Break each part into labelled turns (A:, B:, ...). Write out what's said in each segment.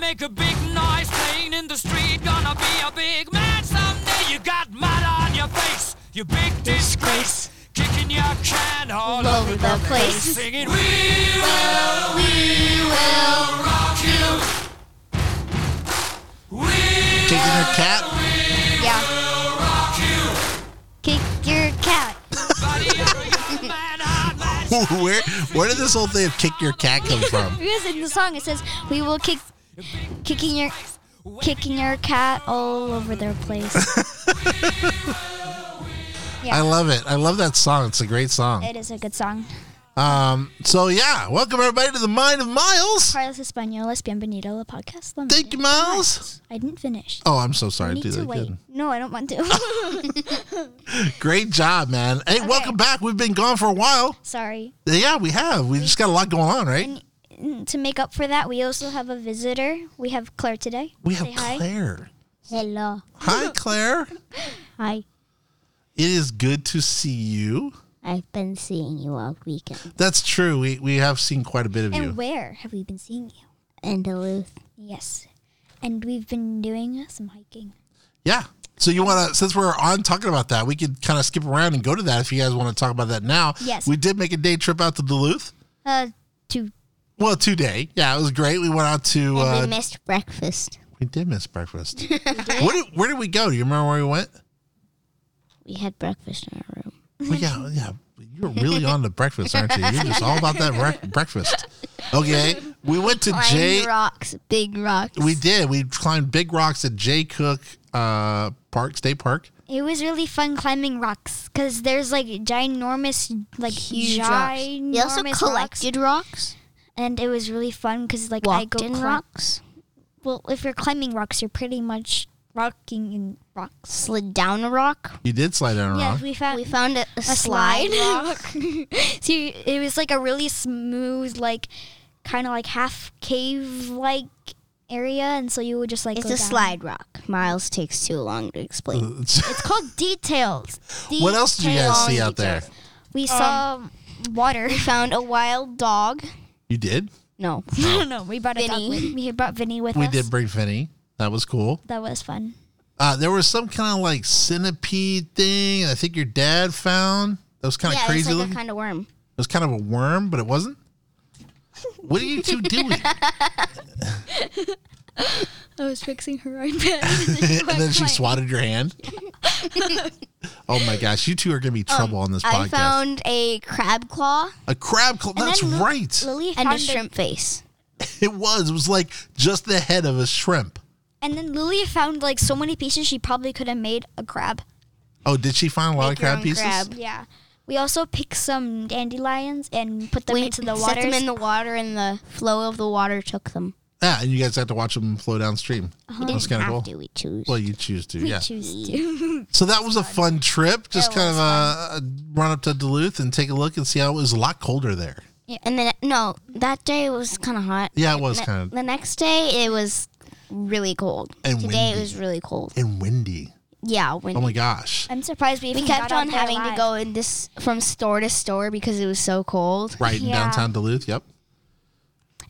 A: make a big noise playing in the street. Gonna be a big man someday. You got mud on your face, you big disgrace. Kicking your can all
B: All
A: over
B: over
A: the
B: the
A: place.
B: place.
A: Singing, We will, we will rock you. We
C: Kicking a cat?
B: Yeah.
A: will rock you.
B: Kick your cat.
A: Buddy, you're a young man, hard man.
C: where where did this whole thing of kick your cat come from?
B: Because in the song it says, "We will kick, kicking your, kicking your cat all over their place."
C: I love it. I love that song. It's a great song.
B: it is a good song.
C: Um, so yeah, welcome everybody to the Mind of Miles.
B: Carlos Españoles, bienvenido a la podcast. Let me
C: Thank you,
B: finish.
C: Miles.
B: I didn't finish.
C: Oh, I'm so sorry.
B: I need
C: Do
B: to
C: that
B: wait.
C: again.
B: No, I don't want to.
C: Great job, man. Hey, welcome back. We've been gone for a while.
B: Sorry.
C: Yeah, we have. We just got a lot going on, right?
B: And to make up for that, we also have a visitor. We have Claire today.
C: We have
B: Say hi.
C: Claire.
B: Hello.
C: Hi, Claire.
D: Hi,
C: It is good to see you.
D: I've been seeing you all weekend
C: That's true. We we have seen quite a bit of
B: And
C: you.
B: where have we been seeing you?
D: in Duluth.
B: Yes. And we've been doing some hiking.
C: Yeah. So you want to since we're on talking about that, we could kind of skip around and go to that if you guys want to talk about that now.
B: Yes.
C: We did make a day trip out to Duluth.
B: Uh, to
C: Well, two day. Yeah, it was great. We went out to.
D: And
C: Uh,
D: we missed breakfast.
C: we did miss breakfast. Where did, where did we go? Do you remember where we went?
D: We had breakfast in our room.
C: We got, yeah, you're really on the breakfast, aren't you? You're just all about that rec- breakfast. Okay, we went to Jay.
D: rocks, big rocks.
C: We did. We climbed big rocks at Jay Cook uh, Park State Park.
B: it was really fun climbing rocks because there's like ginormous, like huge ginormous
D: We also
B: rocks.
D: collected rocks,
B: and it was really fun because like I
D: walked
B: go
D: in
B: cli-
D: rocks,
B: Well, if you're climbing rocks, you're pretty much rocking in rocks.
D: slid down a rock.
C: You did slide down a
B: Yeah,
C: rock.
B: we found
D: Uh-huh. We found a, a
B: a slide.
D: slide.
B: See, it was like a really smooth, like kind of like half cave like area, and so you would just like
D: It's
B: go
D: a
B: down.
D: slide rock. Miles takes too long to explain.
B: It's called details.
C: what else did you guys see out there?
B: We saw
C: Um,
B: water.
D: We found a wild dog.
C: You did.
D: No,
B: no, no, we brought a dog.
D: Vinny.
B: With, we brought Vinny with
C: We
B: us.
C: did bring Finney. That was cool.
B: That was fun.
C: Uh, there was some kind of like centipede thing. I think your dad found. That was kind of
D: yeah,
C: crazy
D: it's like
C: looking.
D: a kind of worm.
C: It was kind of a worm, but it wasn't. What are you two doing?
B: I was fixing her iPad.
C: and then she swatted your hand. oh my gosh, you two are going to be trouble on this
D: I
C: podcast.
D: found a crab claw
C: a crab claw. That's
B: then Lu-
C: right.
B: Lily
D: and a
B: found
D: shrimp face.
C: it was. It was like just the head of a shrimp.
B: and then Lily found like so many pieces she probably could have made a crab.
C: Oh, did she find a lot
D: Make
C: of
D: your
C: crab
D: own
C: pieces?
D: crab.
B: Yeah. We also picked some dandelions and put them
D: we
B: into the
D: set
B: water.
D: them in the water, and the flow of the water took them.
C: Yeah, and you guys have to watch them flow downstream.
D: We
C: That's
D: didn't
C: kind of
D: have
C: cool.
D: to. We choose.
C: Oh. Well, you choose to, yeah.
B: choose to.
C: So that was a fun trip. Just kind of a, a run up to Duluth and take a look and see how it was a lot colder there.
D: and then no, that day was kind of hot.
C: Yeah, it was
D: Ne-
C: kind of
D: The next day it was really cold.
C: And
D: Today
C: windy.
D: it was really cold.
C: and windy.
D: Yeah, windy.
C: Oh my gosh.
B: I'm surprised we,
D: we
B: even
D: kept
B: got out
D: on
B: there
D: having to
B: alive.
D: go in this from store to store because it was so cold.
C: Right in
B: Yeah.
C: downtown Duluth. Yep.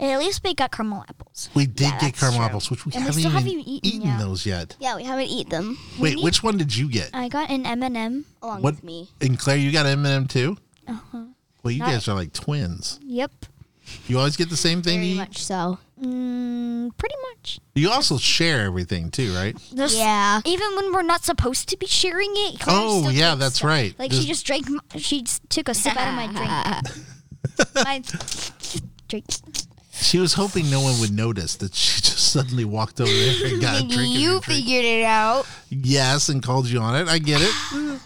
B: And at least we got caramel apples.
C: We did get
D: that's
C: caramel
D: true.
C: apples, which we
B: And we
C: haven't
B: still
C: even
B: haven't
C: eaten,
B: eaten yet.
C: those yet.
D: Yeah, we haven't eaten them
C: Wait, which one did you get?
B: I got an M&M.
D: along
C: What-
D: with me.
C: And Claire, you got M and M too. Well, you guys are like twins.
B: Yep.
C: You always get the same thing. to
D: Very
C: eat?
D: much so.
B: Mm, pretty much.
C: You also share everything too, right?
B: There's-
D: Yeah.
B: Even when we're not supposed to be sharing it. Claire
C: oh
B: still
C: yeah,
B: takes
C: that's
B: stuff.
C: right.
B: Like
C: Just-
B: she just drank. m- She s- took a sip out of my drink. my drink.
C: she was hoping no one would notice that she just suddenly walked over there and got a drink. of your
D: you
C: drink.
D: figured it out.
C: yes, and called you on it. I get it.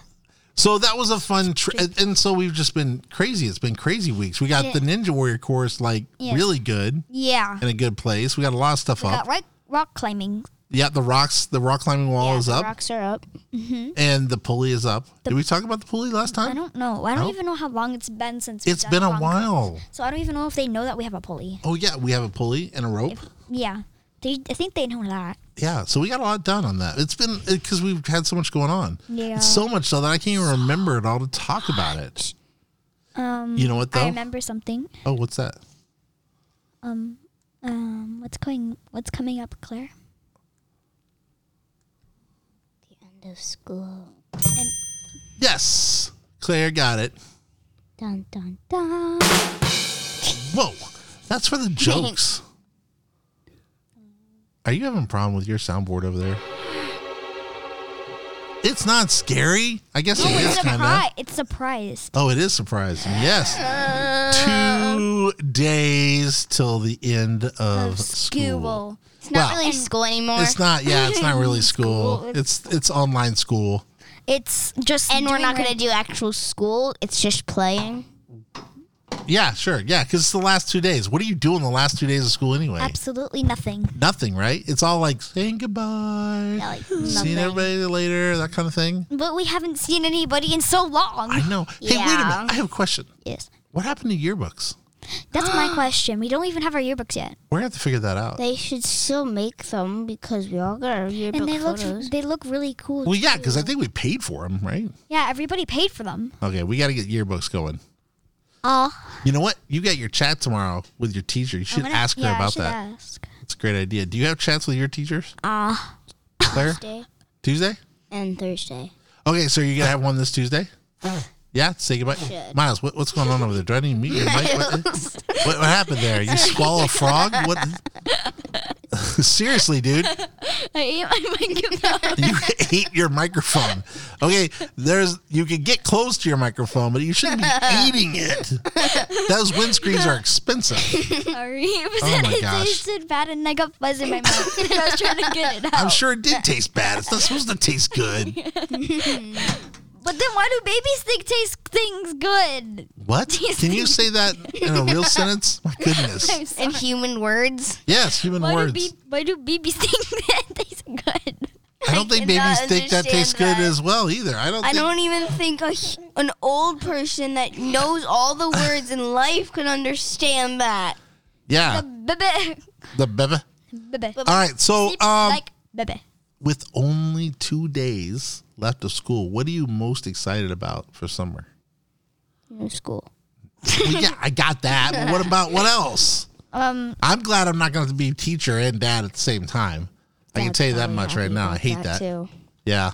C: So that was a fun trip, and, and so we've just been crazy. It's been crazy weeks. We got the Ninja Warrior course like
B: Yes.
C: really good
B: Yeah.
C: in a good place. We got a lot of stuff up.
B: Got rock, rock climbing.
C: Yeah, the rocks, the rock climbing wall is
D: the
C: up,
D: Rocks are up.
C: and the pulley is up. Did we talk about the pulley last
B: I
C: time?
B: don't know. I don't
C: No?
B: even know how long it's been since. we've
C: Oh. It's
B: done
C: been a
B: rock-
C: while.
B: So I don't even know if they know that we have a pulley.
C: Oh yeah, we have a pulley and a rope.
B: Yeah. They, I think they know that.
C: Yeah, so we got a lot done on that. It's been because we've had so much going on.
B: Yeah.
C: It's so much so that I can't even remember it all to talk about it.
B: Um,
C: You know what
B: I
C: though?
B: remember something.
C: Oh, what's that?
B: Um, what's going? What's coming up, Claire?
E: The end of school.
B: And
C: Yes, Claire got it.
E: Dun dun dun.
C: Whoa, that's for the jokes. Are you having a problem with your soundboard over there? It's not scary. I guess it is
B: it's
C: kind of.
B: surprised. It's surprised.
C: Oh, it is surprising. Yes.
B: Uh,
C: Two days till the end of, school.
B: Google.
D: It's not
C: Wow.
D: really school anymore.
C: It's not. Yeah, it's not really school. It's it's online school.
B: It's just.
D: and we're
B: doing
D: not going
B: like-
D: to do actual school. It's just playing.
C: Yeah, sure. Yeah, because it's the last two days. What are you doing the last two days of school anyway?
B: absolutely nothing.
C: Nothing, right? It's all like saying goodbye,
D: Yeah, like
C: seeing
D: nothing.
C: everybody later, that kind of thing.
B: But we haven't seen anybody in so long.
C: I know. Hey, wait a
D: Yeah.
C: minute. I have a question.
B: yes.
C: What happened to yearbooks?
B: That's my question. We don't even have our yearbooks yet.
C: We're gonna have to figure that out.
E: They should still make them because we all got our yearbook
B: And they look
E: photos.
B: they look really cool.
C: well, yeah, because I think we paid for them, right?
B: yeah, everybody paid for them.
C: Okay, we got to get yearbooks going.
B: Oh,
C: You know what? You got your chat tomorrow with your teacher. You should ask her
B: yeah, I
C: about
B: should
C: that.
B: Ask.
C: That's a great idea. Do you have chats with your teachers? Ah, Claire.
E: Tuesday
C: Tuesday.
E: and Thursday.
C: Okay, so you're gonna have one this Tuesday. Yeah, say goodbye, Miles. What, what's going on over there? Do I need to meet your mic? What, what, what happened there? You swallow a frog? What? Seriously, dude.
D: I ate my microphone.
C: you ate your microphone. Okay, there's you can get close to your microphone, but you shouldn't be eating it. Those windscreens are expensive.
B: Sorry.
C: Oh
B: It
C: my
B: was- it
C: gosh.
B: tasted bad and I got fuzz in my mouth because I was trying to get it out.
C: I'm sure it did taste bad. It's not supposed to taste good.
B: But then why do babies think taste things good?
C: What? Can you say that in a real sentence? My goodness.
D: In human words.
C: Yes, human
B: Why do,
C: words.
B: be- why do babies think that tastes good?
C: I don't think
D: cannot
C: babies think that
D: understand
C: tastes good
D: that.
C: as well either. I don't.
E: I
C: think,
E: don't even think a, hu- an old person that knows all the words in life could understand that.
C: Yeah,
B: Bebe.
C: the bebe.
B: Bebe.
C: All right, so um,
B: like bebe.
C: with only two days left of school, what are you most excited about for summer?
E: No school.
C: Well, yeah, I got that. But what about what else?
B: Um,
C: I'm glad I'm not going to be teacher and dad at the same time. I can tell you that much right now. I hate that.
E: too.
C: Yeah.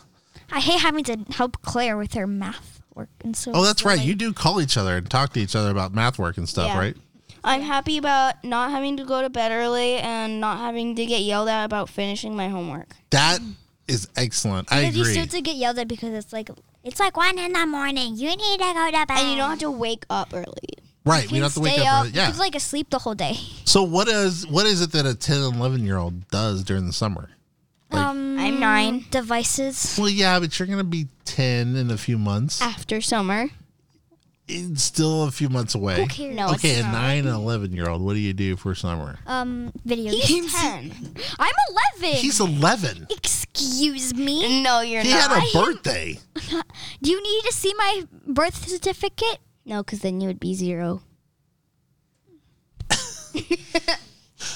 B: I hate having to help Claire with her math work and so.
C: Oh, that's right. You do call each other and talk to each other about math work and stuff,
E: Yeah.
C: right?
E: I'm happy about not having to go to bed early and not having to get yelled at about finishing my homework.
C: That is excellent. I
B: Because you
C: agree.
B: still to get yelled at because it's like it's like one in the morning. You need to go to bed.
E: And you don't have to wake up early.
C: Right. We don't have to wake
B: stay
C: up. early.
B: You
C: Yeah.
B: could, like asleep the whole day.
C: so what is what is it that a 10 and 11 year old does during the summer? Like-
B: um,
E: I'm nine.
B: Devices.
C: Well, yeah, but you're going to be 10 in a few months.
B: Uh,
E: After summer,
C: It's still a few months away.
B: Who cares?
E: No.
C: Okay, a 9 and 11 year old, what do you do for summer?
B: Um, video
E: he's
B: games.
E: ten.
B: I'm 11.
C: He's 11.
B: Excuse me.
E: No, you're
C: He
E: not.
C: had a birthday.
B: Do you need to see my birth certificate?
E: no, because then you would be zero.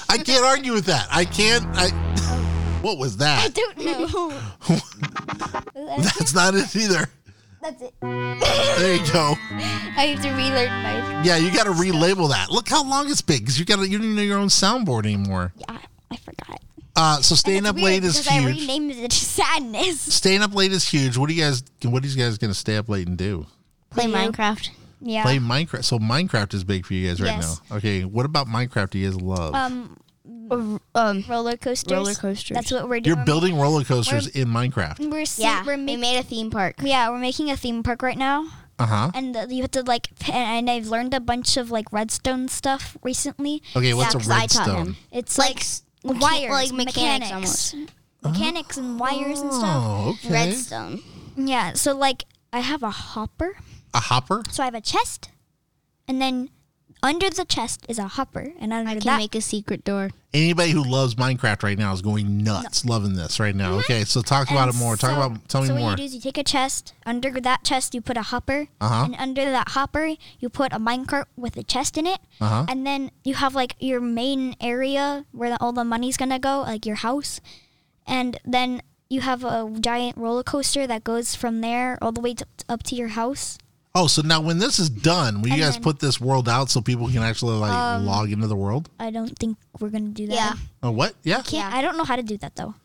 C: I can't argue with that. I can't. I. What was that?
B: Don't know.
C: That's not it either.
B: That's it.
C: There you go.
B: I have to relearn my.
C: Yeah, you got to relabel that. Look how long it's been because you got to. You don't even know your own soundboard anymore.
B: Yeah, I forgot.
C: Uh, so staying
B: It's
C: up
B: weird
C: late is
B: because I
C: huge.
B: renamed it to sadness.
C: staying up late is huge. What do you guys? What are you guys gonna stay up late and do?
E: Play Minecraft.
B: Yeah.
C: Play Minecraft. So Minecraft is big for you guys right
B: Yes.
C: now. Okay, what about Minecraft? Do you guys love?
B: Um,
E: Um,
B: roller coasters.
E: Roller coasters.
B: That's what um, we're Mm, doing.
C: You're building roller coasters in Minecraft.
B: We're see-
D: Yeah.
B: We're
D: we
B: making.
D: made a theme park.
B: Yeah, we're making a theme park right now,
C: Uh huh.
B: and the, you have to like. p- And I've learned a bunch of like redstone stuff recently.
C: Okay, what's a
E: 'cause I taught him.
C: redstone?
B: It's
E: Like
B: like,
E: s-
B: wires,
E: like mechanics
B: mechanics, mechanics and wires and stuff.
C: Oh, okay.
E: redstone.
C: Oh.
B: Yeah, so like I have a hopper.
C: A hopper.
B: So I have a chest, and then under the chest is a hopper, and under
D: I can
B: that
D: make a secret door.
C: anybody who loves Minecraft right now is going nuts, loving this right now. Okay, so talk about it
B: Mm-hmm. and
C: more. Talk
B: so-
C: about tell me
B: so what
C: more.
B: you do is you take a chest. Under that chest, you put a hopper,
C: Uh-huh.
B: and under that hopper, you put a minecart with a chest in it.
C: Uh-huh.
B: And then you have like your main area where the, all the money's gonna go, like your house, and then you have a giant roller coaster that goes from there all the way to, up to your house.
C: Oh, so now when this is done, will you
B: And
C: guys
B: then- Um,
C: put this world out so people can actually like log into the world?
B: I don't think we're gonna do that.
E: Yeah.
C: Oh, what? Yeah.
B: Can't,
D: Yeah.
B: I don't know how to do that though,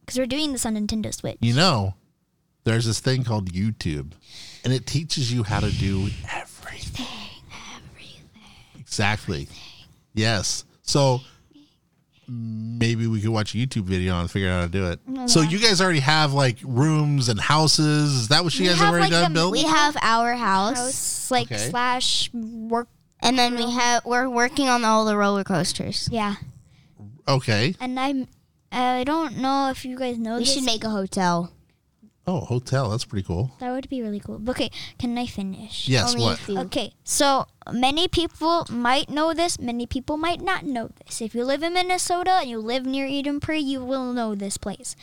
B: because we're doing this on Nintendo Switch.
C: You know, there's this thing called YouTube, and it teaches you how to do everything. Everything. Exactly. Yes. So maybe we could watch a YouTube video and figure out how to do it. So you guys already have like rooms and houses. Is that what you
B: We
C: guys
B: have,
C: have already
B: like,
C: done,
B: the-
C: Bill?
E: We have our house,
B: House like
C: Okay.
B: slash work.
E: and then we have we're working on all the roller coasters.
B: Yeah,
C: okay.
B: and I'm. I don't know if you guys know
E: We
B: this.
E: should make a hotel.
C: Oh, hotel. That's pretty cool.
B: that would be really cool. Okay, can I finish?
C: Yes. What?
B: Okay, so many people might know this, many people might not know this. If you live in Minnesota and you live near Eden Prairie, you will know this place.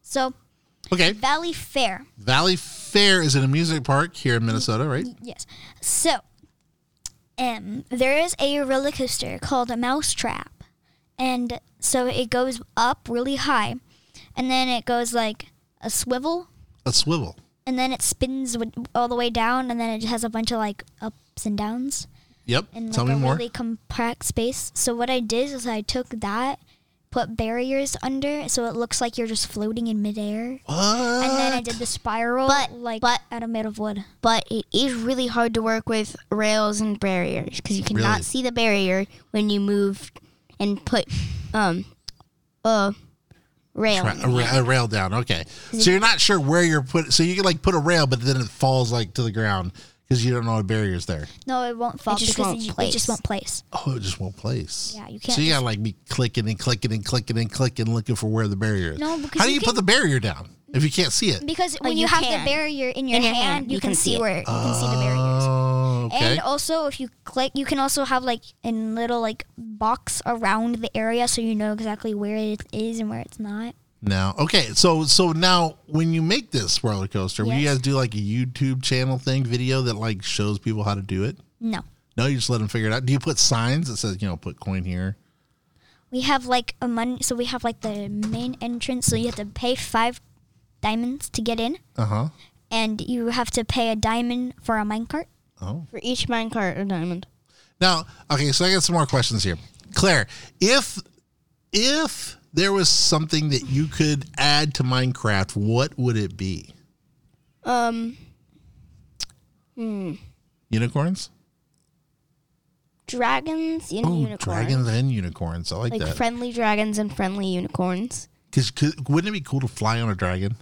B: So,
C: Okay.
B: Valley Fair.
C: Valley Fair is an amusement park here in Minnesota, right?
B: Yes. So, um, there is a roller coaster called a mousetrap, and so it goes up really high, and then it goes like a swivel,
C: A swivel.
B: and then it spins wi- all the way down, and then it has a bunch of like ups and downs.
C: Yep.
B: in
C: Tell
B: like
C: me
B: a
C: more.
B: really compact space. So what I did is I took that, put barriers under, so it looks like you're just floating in midair.
C: what?
B: And then I did the spiral,
E: But-
B: like
E: but-
B: out of made of wood.
E: But it is really hard to work with rails and barriers because you cannot
C: Really?
E: see the barrier when you move and put um uh rail.
C: Right, a, ra- a rail down. Okay, so you're not sure where you're put. So you can like put a rail, but then it falls like to the ground because you don't know what barriers there.
B: No, it won't fall
E: just
B: because
E: won't
B: it, it
E: place.
B: just won't place.
C: Oh, it just won't place.
B: Yeah, you can't
C: So you gotta like be clicking and clicking and clicking and clicking, looking for where the barrier is.
B: No, because
C: how do
B: you
C: you put
B: can-
C: the barrier down if you can't see it?
B: Because when you,
E: you
B: have
E: can.
B: the barrier in your,
E: In your
B: hand, you, can, see
E: it.
B: where you can see the barriers.
C: Oh, okay.
B: And also, if you click, you can also have like a little like box around the area, so you know exactly where it is and where it's not.
C: now, okay. So, so now when you make this roller coaster, will you
B: Yes.
C: guys do like a YouTube channel thing video that like shows people how to do it?
B: No.
C: No, you just let them figure it out. Do you put signs that says you know put coin here?
B: We have like a mon- so we have like the main entrance, so you have to pay five diamonds to get in,
C: Uh huh.
B: and you have to pay a diamond for a minecart.
C: Oh.
E: For each minecart, a diamond.
C: Now, okay, so I got some more questions here. Claire, if if there was something that you could add to Minecraft, what would it be?
E: Um, hmm.
C: Unicorns?
E: dragons and
C: Oh,
E: unicorns.
C: dragons and unicorns. I like,
E: Like
C: that.
E: friendly dragons and friendly unicorns.
C: Because wouldn't it be cool to fly on a dragon?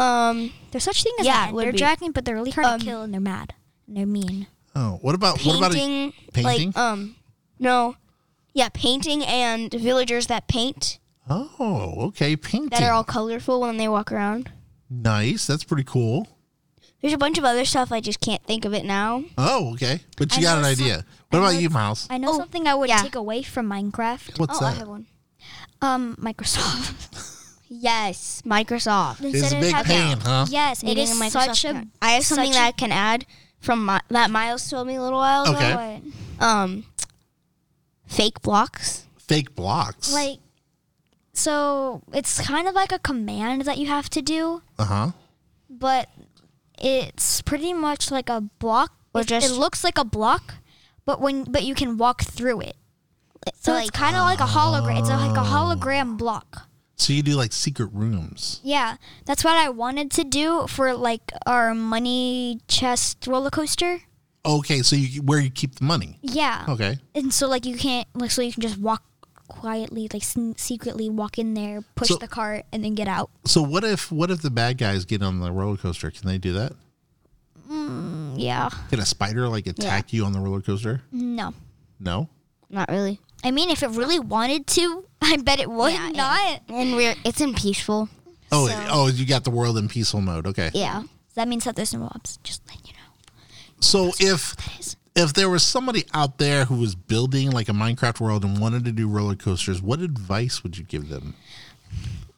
E: Um,
B: There's such thing as
E: Yeah,
B: that.
E: it would
B: They're
E: be. Um,
B: dragon, but they're really hard to kill, and they're mad, and they're mean.
C: Oh, what about what about a,
E: painting,
C: painting?
E: like um, no, yeah, painting and villagers that paint
C: oh, okay, painting.
E: that are all colorful when they walk around.
C: nice. That's pretty cool.
E: There's a bunch of other stuff I just can't think of it now.
C: Oh, okay. But you
B: I
C: got
B: know
C: an
B: some-
C: idea. what
B: know
C: about you,
B: it's-
C: Mouse?
B: I know
E: Oh,
B: something I would
E: yeah.
B: take away from Minecraft.
C: What's that?
E: Oh, one.
B: Um, Microsoft.
E: Yes, Microsoft.
C: It's a
B: of
C: big
B: having-
C: pain, huh?
B: Yes, it
E: Needing
B: is
E: a Microsoft
B: such a.
E: account. I have something
B: such
E: that I can add from my, that Miles told me a little while ago.
C: Okay.
B: What?
E: Um, fake blocks.
C: Fake blocks.
B: Like, so it's kind of like a command that you have to do.
C: uh huh.
B: but it's pretty much like a block.
E: Or
B: It,
E: just-
B: it looks like a block, but when but you can walk through it. So
E: like-
B: it's kind of like a hologram. It's like a hologram block.
C: So you do like secret rooms.
B: Yeah, that's what I wanted to do for like our money chest roller coaster.
C: Okay, so you where you keep the money.
B: Yeah,
C: Okay.
B: and so like you can't like so you can just walk quietly like sn- secretly walk in there, push
C: So-
B: the cart, and then get out.
C: So what if what if the bad guys get on the roller coaster? Can they do that?
B: Yeah,
C: Can a spider like attack you on the roller coaster?
B: no.
C: No.
E: Not really.
B: I mean, if it really wanted to, I bet it would
E: Yeah, it-
B: not.
E: And we're it's in peaceful.
C: Oh, oh, you got the world in peaceful mode. Okay.
E: Yeah.
B: That means that there's no mobs. Just let you know.
C: So if
B: is.
C: if there was somebody out there who was building like a Minecraft world and wanted to do roller coasters, what advice would you give them?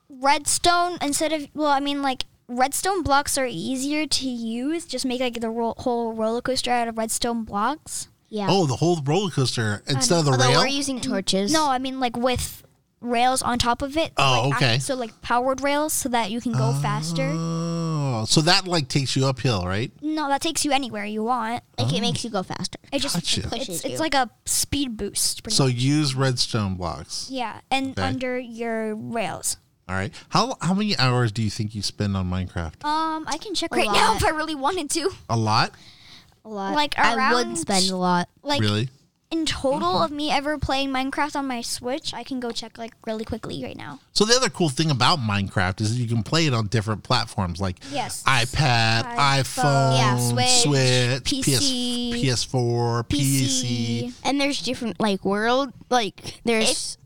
B: Redstone instead of well, I mean like redstone blocks are easier to use. Just make like the ro- whole roller coaster out of redstone blocks.
E: Yeah.
C: Oh, the whole roller coaster instead of the
E: Although
C: rail.
E: we're using torches.
B: No, I mean like with rails on top of it.
C: Oh,
B: like, act-
C: okay.
B: so like powered rails so that you can go faster.
C: oh, Oh, so that like takes you uphill, right?
B: No, that takes you anywhere you want.
D: Like
C: Oh.
D: it makes you go faster.
B: It just
C: Gotcha.
B: it's,
E: Pushes
B: it's
E: you.
B: like a speed boost. pretty
C: So
B: much.
C: use redstone blocks.
B: yeah, and
C: Okay.
B: under your rails.
C: All right. How how many hours do you think you spend on Minecraft?
B: Um, I can check right now if I really wanted to.
C: A lot,
D: A lot.
B: Like
D: I
B: around-
D: would spend a lot.
B: Like
C: really?
B: in total of me ever playing Minecraft on my Switch, I can go check like really quickly right now.
C: So the other cool thing about Minecraft is that you can play it on different platforms, like
B: Yes.
C: iPad, iPhone,
B: iPhone,
D: yeah, Switch,
C: Switch,
B: PC,
C: PS, PS4, PC.
E: And there's different like world like there's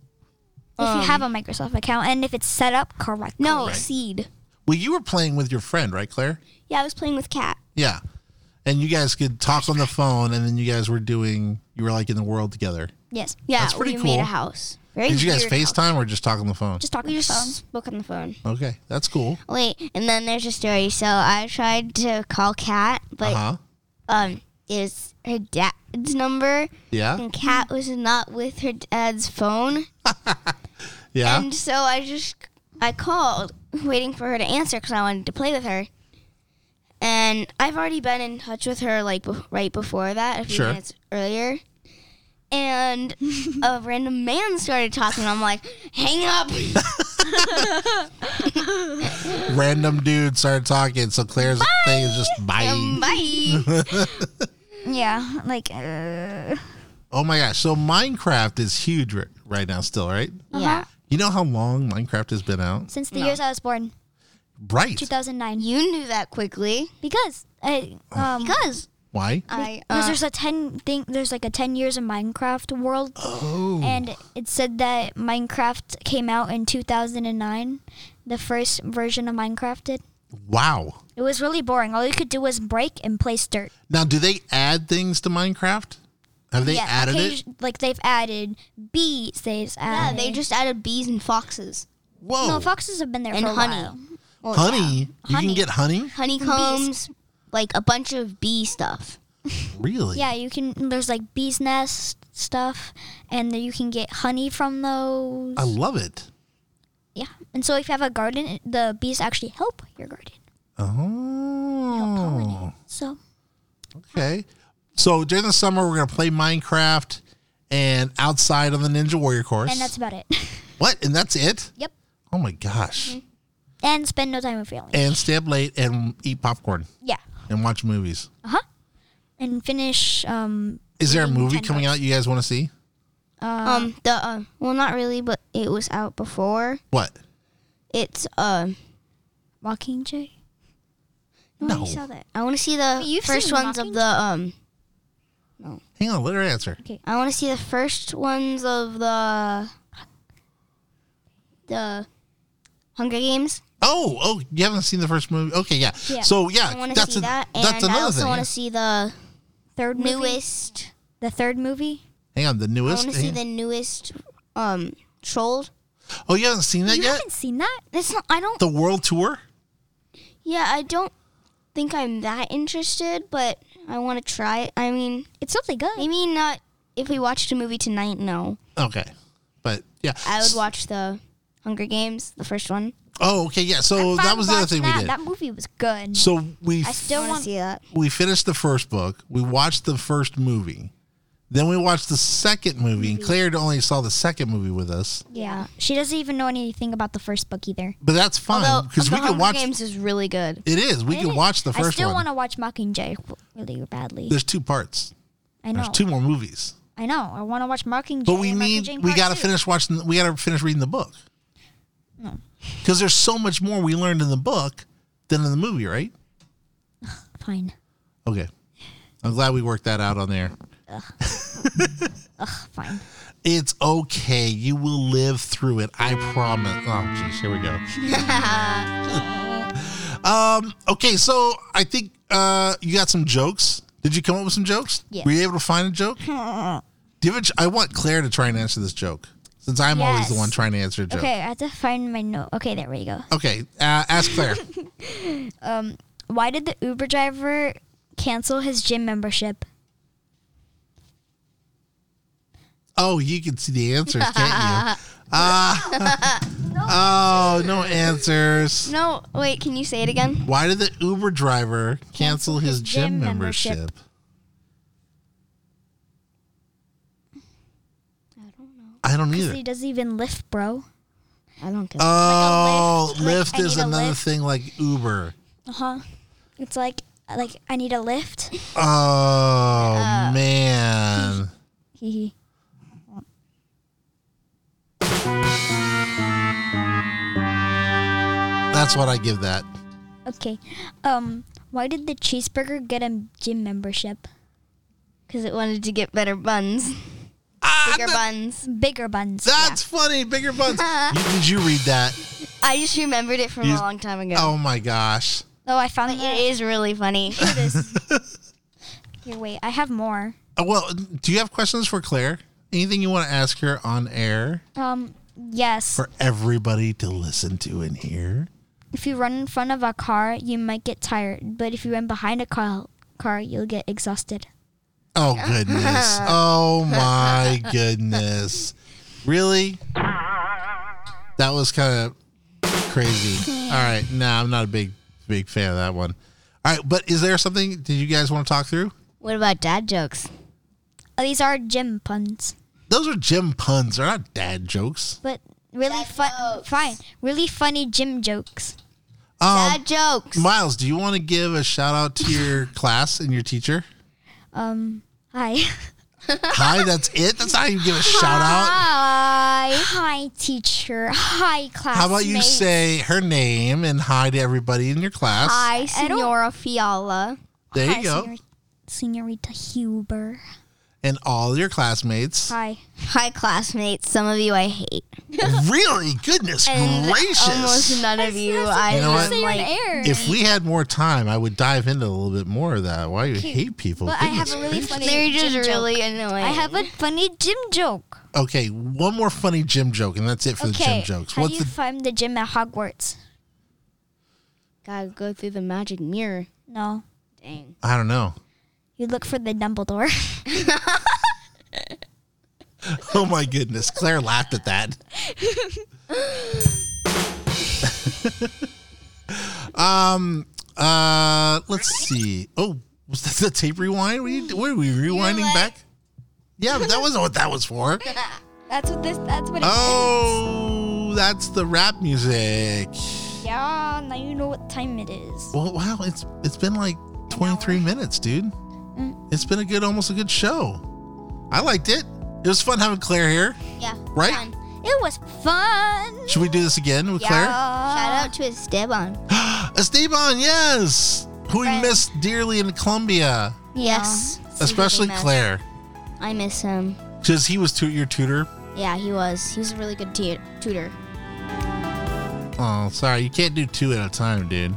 B: If you have a Microsoft account and if it's set up correctly.
E: no seed.
C: Well, you were playing with your friend, right, Claire?
E: Yeah, I was playing with Cat.
C: Yeah. And you guys could talk on the phone, and then you guys were doing. You were like in the world together.
B: Yes.
E: Yeah,
C: That's pretty
E: we made
C: cool.
E: a house. Very
C: Did you guys
E: weird house.
C: FaceTime or just talk on the phone?
B: Just talk on
E: We
B: the
E: just
B: phone.
E: spoke on the phone.
C: okay, that's cool.
D: Wait, and then there's a story. So I tried to call Kat,
C: Uh
D: but
C: huh.
D: um, is her dad's number,
C: Yeah.
D: and Kat was not with her dad's phone,
C: Yeah.
D: and so I just I called, waiting for her to answer because I wanted to play with her.
E: And I've already been in touch with her like bef- right before that, a few
C: Sure.
E: minutes earlier. And a random man started talking. I'm like, hang up.
C: Random dude started talking. So Claire's thing is just bye.
E: Bye.
B: Uh-huh. Yeah, like uh,
C: Oh my gosh. So Minecraft is huge ri- right now, still, right?
E: Yeah.
C: You know how long Minecraft has been out?
B: uh-huh. since the years I was born,
C: Right.
B: 2009.
E: You knew that quickly.
B: Because I um uh,
E: Because
C: Why?
E: I uh,
B: Because there's a ten thing. There's like a ten years of Minecraft world, and it said that Minecraft came out in 2009. The first version of Minecraft did.
C: Wow.
B: It was really boring. All you could do was break and place dirt.
C: Now, do they add things to Minecraft? Have they added it?
B: occasion- Like they've added bees. They've
E: Yeah,
B: added.
E: they just added bees and foxes,
C: Whoa.
B: no foxes have been there
E: And
B: for a
E: honey.
B: while.
C: honey. You
E: Honey.
C: can get honey?
E: honeycombs, like a bunch of bee stuff.
C: Really?
B: Yeah, you can. There's like bees nest stuff, and then you can get honey from those.
C: I love it.
B: yeah, and so if you have a garden, it- the bees actually help your garden.
C: Oh.
B: pollinate. So
C: Okay. So during the summer, we're going to play Minecraft and outside on the Ninja Warrior course.
B: and that's about it.
C: what? And that's it?
B: yep.
C: Oh my gosh.
B: And spend no time with family.
C: And stay up late and eat popcorn
B: yeah.
C: and watch movies.
B: Uh huh. And finish. Um.
C: Is there a
B: Reading
C: movie
B: Nintendo.
C: coming out you guys want to see?
E: Um, the uh, well, not really, but it was out before.
C: What?
E: It's uh,
B: Walking Jay.
C: No.
B: Oh, Saw that.
E: I want to see the
B: you've
E: first
B: seen
E: ones of
B: Mockingjay?
E: the um.
C: Hang on, let her answer.
E: I want to see the first ones of the the Hunger Games.
C: Oh, oh, you haven't seen the first movie? Okay, yeah.
B: Yeah.
C: So yeah,
E: I want to
C: that's
E: see
C: a,
E: that, and
C: that's
E: I
C: another
E: also
C: thing.
E: want to see the
B: Third movie.
E: newest.
B: The third movie.
C: Hang on, the
E: I
C: newest.
E: want to see
C: hang-
E: the newest um troll.
C: oh, you haven't seen that
B: You
C: yet?
B: haven't seen that.
E: That's not. I don't.
C: The world tour?
E: Yeah, I don't think I'm that interested, but I want to try it. I mean,
B: It's really good.
E: maybe not. If we watched a movie tonight, no.
C: Okay, but yeah.
E: I would watch the Hunger Games, the first one.
C: Oh, okay, yeah. So that
B: Fun
C: was the other
B: watching
C: thing
B: that.
C: we did.
B: That movie was good.
C: So we
B: I still want.
E: see that.
C: we finished the first book. We watched the first movie. Then we watched the second movie,
E: Mm-hmm.
C: and Claire only saw the second movie with us.
B: Yeah, she doesn't even know anything about the first book either.
C: But that's fine
E: Although
C: because
E: the
C: we can
E: Hunger
C: watch.
E: Games is really good.
C: It is. We can watch the
B: I
C: first
B: still
C: one.
B: want to watch Mockingjay really badly.
C: There's two parts.
B: I
C: There's
B: know.
C: two more movies.
B: I know. I want to watch Mockingjay.
C: But we
B: and
C: need.
B: Mockingjay
C: We
B: Part
C: got to
B: Two.
C: finish watching. We got to finish reading the book. Because there's so much more we learned in the book than in the movie, right?
B: Fine.
C: Okay. I'm glad we worked that out on there.
B: Fine.
C: It's okay. You will live through it. I promise. Oh, geez, here we go. um, okay, so I think uh, you got some jokes. Did you come up with some jokes?
B: Yes.
C: Were you able to find a joke? Do you have a j- I want Claire to try and answer this joke since I'm always the
B: Yes.
C: one trying to answer a joke.
B: Okay, I have to find my note. Okay, there we go.
C: Okay, uh, ask Claire.
B: Why did the Uber driver cancel his gym membership?
C: oh, you can see the answers, can't you? Uh, Oh, no answers.
E: No, wait, can you say it again?
C: Why did the Uber driver cancel his gym
B: gym
C: membership?
B: membership.
C: I don't either.
B: He doesn't even lift, bro.
E: I don't
C: Uh,
E: get
C: Oh,
B: Like a lift,
C: Lyft
B: like, I
C: is
B: need a
C: another
B: lift.
C: thing like Uber.
B: Uh huh. It's like like I need a lift.
C: Oh, man.
B: Hee
C: That's what I give that.
B: Okay. Um. Why did the cheeseburger get a gym membership?
E: Because it wanted to get better buns.
C: Ah,
E: Bigger
C: th-
E: buns.
B: Bigger buns.
C: that's funny. Bigger buns. You- did you read that?
E: I just remembered it from
C: You-
E: a long time ago.
C: Oh, my gosh.
B: Oh, I found
E: It
B: it.
E: is really funny.
B: Here, wait. I have more.
C: Uh, Well, do you have questions for Claire? Anything you want to ask her on air
B: Um. Yes.
C: for everybody to listen to and hear?
B: If you run in front of a car, you might get tired, but if you run behind a car, car you'll get exhausted.
C: Oh goodness. Oh my goodness. Really? That was kind of crazy. All right. No, I'm not a big big fan of that one. All right, but is there something did you guys want to talk through?
E: what about dad jokes?
B: Oh, these are gym puns,
C: Those are gym puns. They're not dad jokes.
B: but really fun. Fine, really funny gym jokes.
C: Um,
E: Dad jokes.
C: Miles, do you want to give a shout out to your class and your teacher?
B: Um. Hi.
C: Hi, that's it. That's not even give a shout out.
B: Hi. Hi, teacher. Hi, classmate.
C: How about you say her name and hi to everybody in your class?
E: Hi,
B: I don't-
E: Senora Fiala.
C: There you
B: Hi,
C: go.
B: Senor- Senorita Huber.
C: And all your classmates.
B: Hi.
E: Hi, classmates. Some of you I hate.
C: really? Goodness
E: Almost
C: gracious.
E: none of you I
C: You know what?
E: don't like.
B: air.
C: If we had more time, I would dive into a little bit more of that. Why you hate people.
B: but I have
C: Goodness
B: a really funny.
E: They're just
B: gym joke.
E: really annoying.
B: I have a funny gym joke.
C: gracious. Okay, one more funny gym joke, and that's it for
B: Okay.
C: the gym jokes.
B: How
C: What's
B: do you
C: the.
B: find the gym at Hogwarts?
E: gotta go through the magic mirror.
B: No.
E: Dang.
C: I don't know.
B: You look for the Dumbledore.
C: Oh my goodness. Claire laughed at that. um. Uh. Let's see. Oh, was that the tape rewind? Were, you, were we rewinding back? Yeah, but that wasn't what that was for.
B: that's what this. That's what.
C: Oh, that's the rap music.
B: yeah. Now you know what time it is.
C: Well, wow, it's it's been like 23 minutes, dude. It's been a good, almost a good show. I liked it. It was fun having Claire here,
E: Yeah.
C: right?
B: It was fun.
C: Should we do this again with
E: Shout out to Esteban.
C: Claire? Esteban, yes, who we missed dearly in Colombia,
E: Yes.
C: especially
E: missed.
C: Claire,
E: I miss him.
C: because he was tu- your tutor.
E: Yeah, he was. He was a really good tu- tutor.
C: Oh, sorry, you can't do two at a time, dude.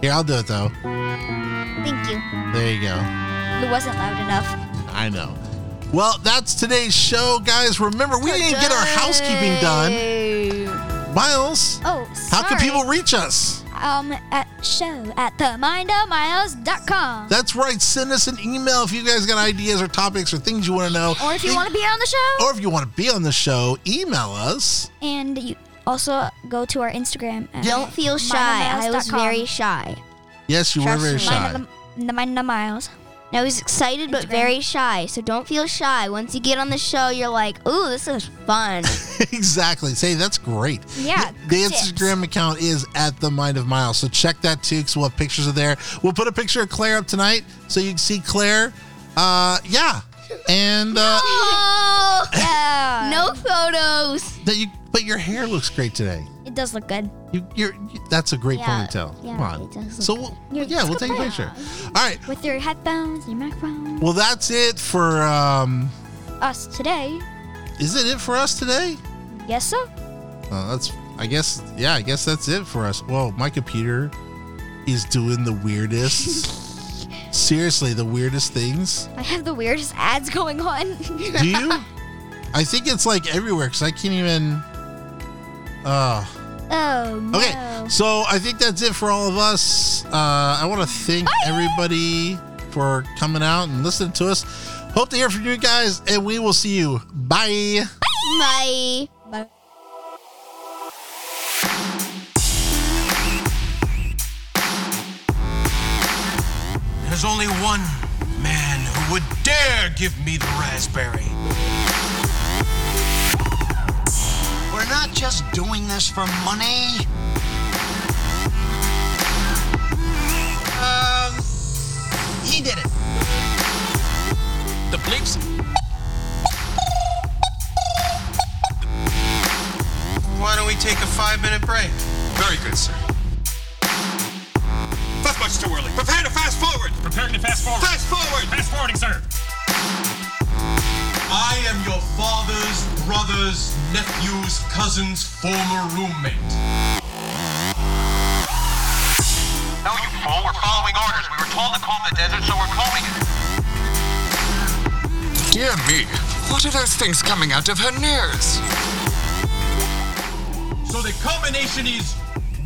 C: Here, I'll do it though.
B: Thank you.
C: There you go.
B: It wasn't loud enough.
C: I know. Well, that's today's show, guys. Remember, we didn't get our housekeeping done. Miles,
B: Oh, sorry.
C: how can people reach us?
B: Um, at show at themindomiles.com.
C: That's right. Send us an email if you guys got ideas or topics or things you want to know.
B: Or if you want to be on the show.
C: Or if you want to be on the show, email us.
B: And you also go to our Instagram. At
E: Don't feel shy. I was
B: Mindamouse.com.
E: very shy.
C: Yes, you were
E: Trust
C: very
E: me.
C: shy.
B: The Mind of Miles.
E: I was excited but
B: Instagram.
E: very shy. So don't feel shy. Once you get on the show, you're like, "Ooh, this is fun."
C: exactly. Say that's great.
B: Yeah,
C: The
B: good tips.
C: Instagram account is at the Mind of Miles. So check that too, because we'll have pictures of there. We'll put a picture of Claire up tonight, so you can see Claire. Uh, yeah, and uh,
E: oh,
B: Yeah.
E: no photos.
C: that you. But your hair looks great today.
B: It does look good.
C: You, you're, you- that's a great
E: Yeah,
C: ponytail.
E: yeah,
C: Come on.
E: it does look
C: so we'll, yeah, we'll take a picture. All right.
B: With your headphones, your microphone.
C: Well, that's it for. Um,
B: Us today.
C: is it it for us today?
B: Yes, sir.
C: Uh, that's. I guess. Yeah. I guess that's it for us. Well, my computer is doing the weirdest. seriously, the weirdest things.
B: I have the weirdest ads going on.
C: Do you? I think it's like everywhere because I can't even. Uh,
B: oh, no.
C: Okay, so I think that's it for all of us. Uh, I want to thank everybody for coming out and listening to us. Hope to hear from you guys, and we will see you. Bye.
E: Bye.
B: Bye.
F: only one man who would dare give me the raspberry.
G: We're not just doing this for money. Um, he did it.
A: The bleeps.
F: Why don't we take a five minute break?
H: Very good, sir. That's much too early.
F: Prepare to fast forward!
H: Preparing to fast forward.
F: Fast forward!
H: Fast forwarding, sir.
F: I am your father's, brother's, nephew's, cousin's former roommate.
H: No, you fool. We're following orders. We were told to calm the desert, so we're calming it.
I: Dear me, what are those things coming out of her nose?
F: So the combination is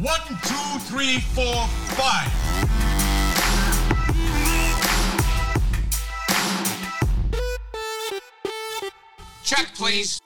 F: one, two, three, four, five.
A: Check, please.